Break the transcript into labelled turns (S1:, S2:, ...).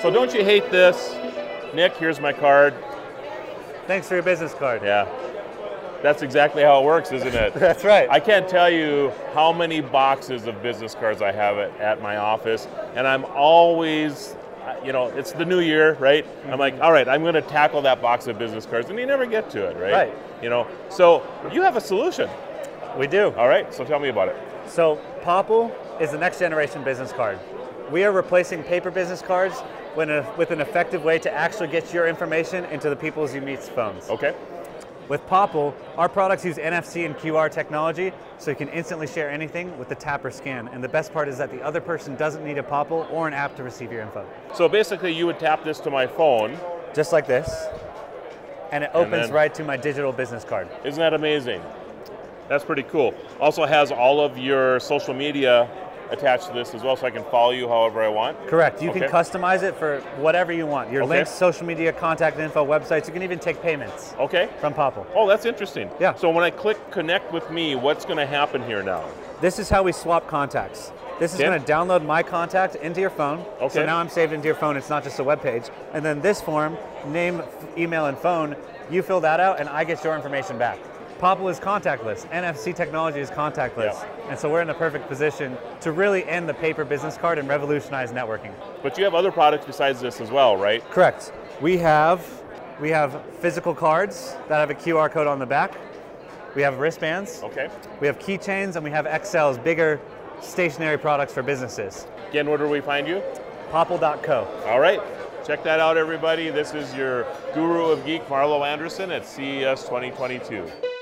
S1: So don't you hate this? Nick, here's my card.
S2: Thanks for your business card.
S1: Yeah. That's exactly how it works, isn't it?
S2: That's right.
S1: I can't tell you how many boxes of business cards I have at, at my office, and I'm always, uh, you know, it's the new year, right? I'm like, all right, I'm going to tackle that box of business cards, and you never get to it, right?
S2: Right.
S1: You know, so you have a solution.
S2: we do.
S1: All right, so tell me about it.
S2: So Popple is the next generation business card. We are replacing paper business cards with, a, with an effective way to actually get your information into the people's you meet's phones.
S1: Okay.
S2: With Popple, our products use NFC and QR technology, so you can instantly share anything with the tap or scan. And the best part is that the other person doesn't need a Popple or an app to receive your info.
S1: So basically, you would tap this to my phone.
S2: Just like this, and it opens
S1: then-
S2: right to my digital business card.
S1: Isn't that amazing? That's pretty cool. Also has all of your social media attached to this as well, so I can follow you however I want.
S2: Correct. You
S1: Okay.
S2: can customize it for whatever you want. Your
S1: Okay.
S2: links, social media, contact info, websites. You can even take payments
S1: Okay.
S2: from Popple.
S1: Oh, that's interesting.
S2: Yeah.
S1: So when I click connect with me, what's going to happen here now?
S2: This is how we swap contacts. This is
S1: Okay.
S2: going to download my contact into your phone.
S1: Okay.
S2: So now I'm saved into your phone. It's not just a web page. And then this form, name, f- email, and phone, you fill that out, and I get your information back. Popple is contactless. NFC technology is contactless.
S1: Yeah.
S2: And so we're in the perfect position to really end the paper business card and revolutionize networking.
S1: But you have other products besides this as well, right?
S2: Correct. We have we have physical cards that have a QR code on the back. We have wristbands.
S1: Okay.
S2: We have keychains and we have XLs, bigger stationary products for businesses.
S1: Again, where do we find you?
S2: Popple.co.
S1: All right. Check that E out, everybody. This is your guru of geek, Marlo Anderson, at CES 2022.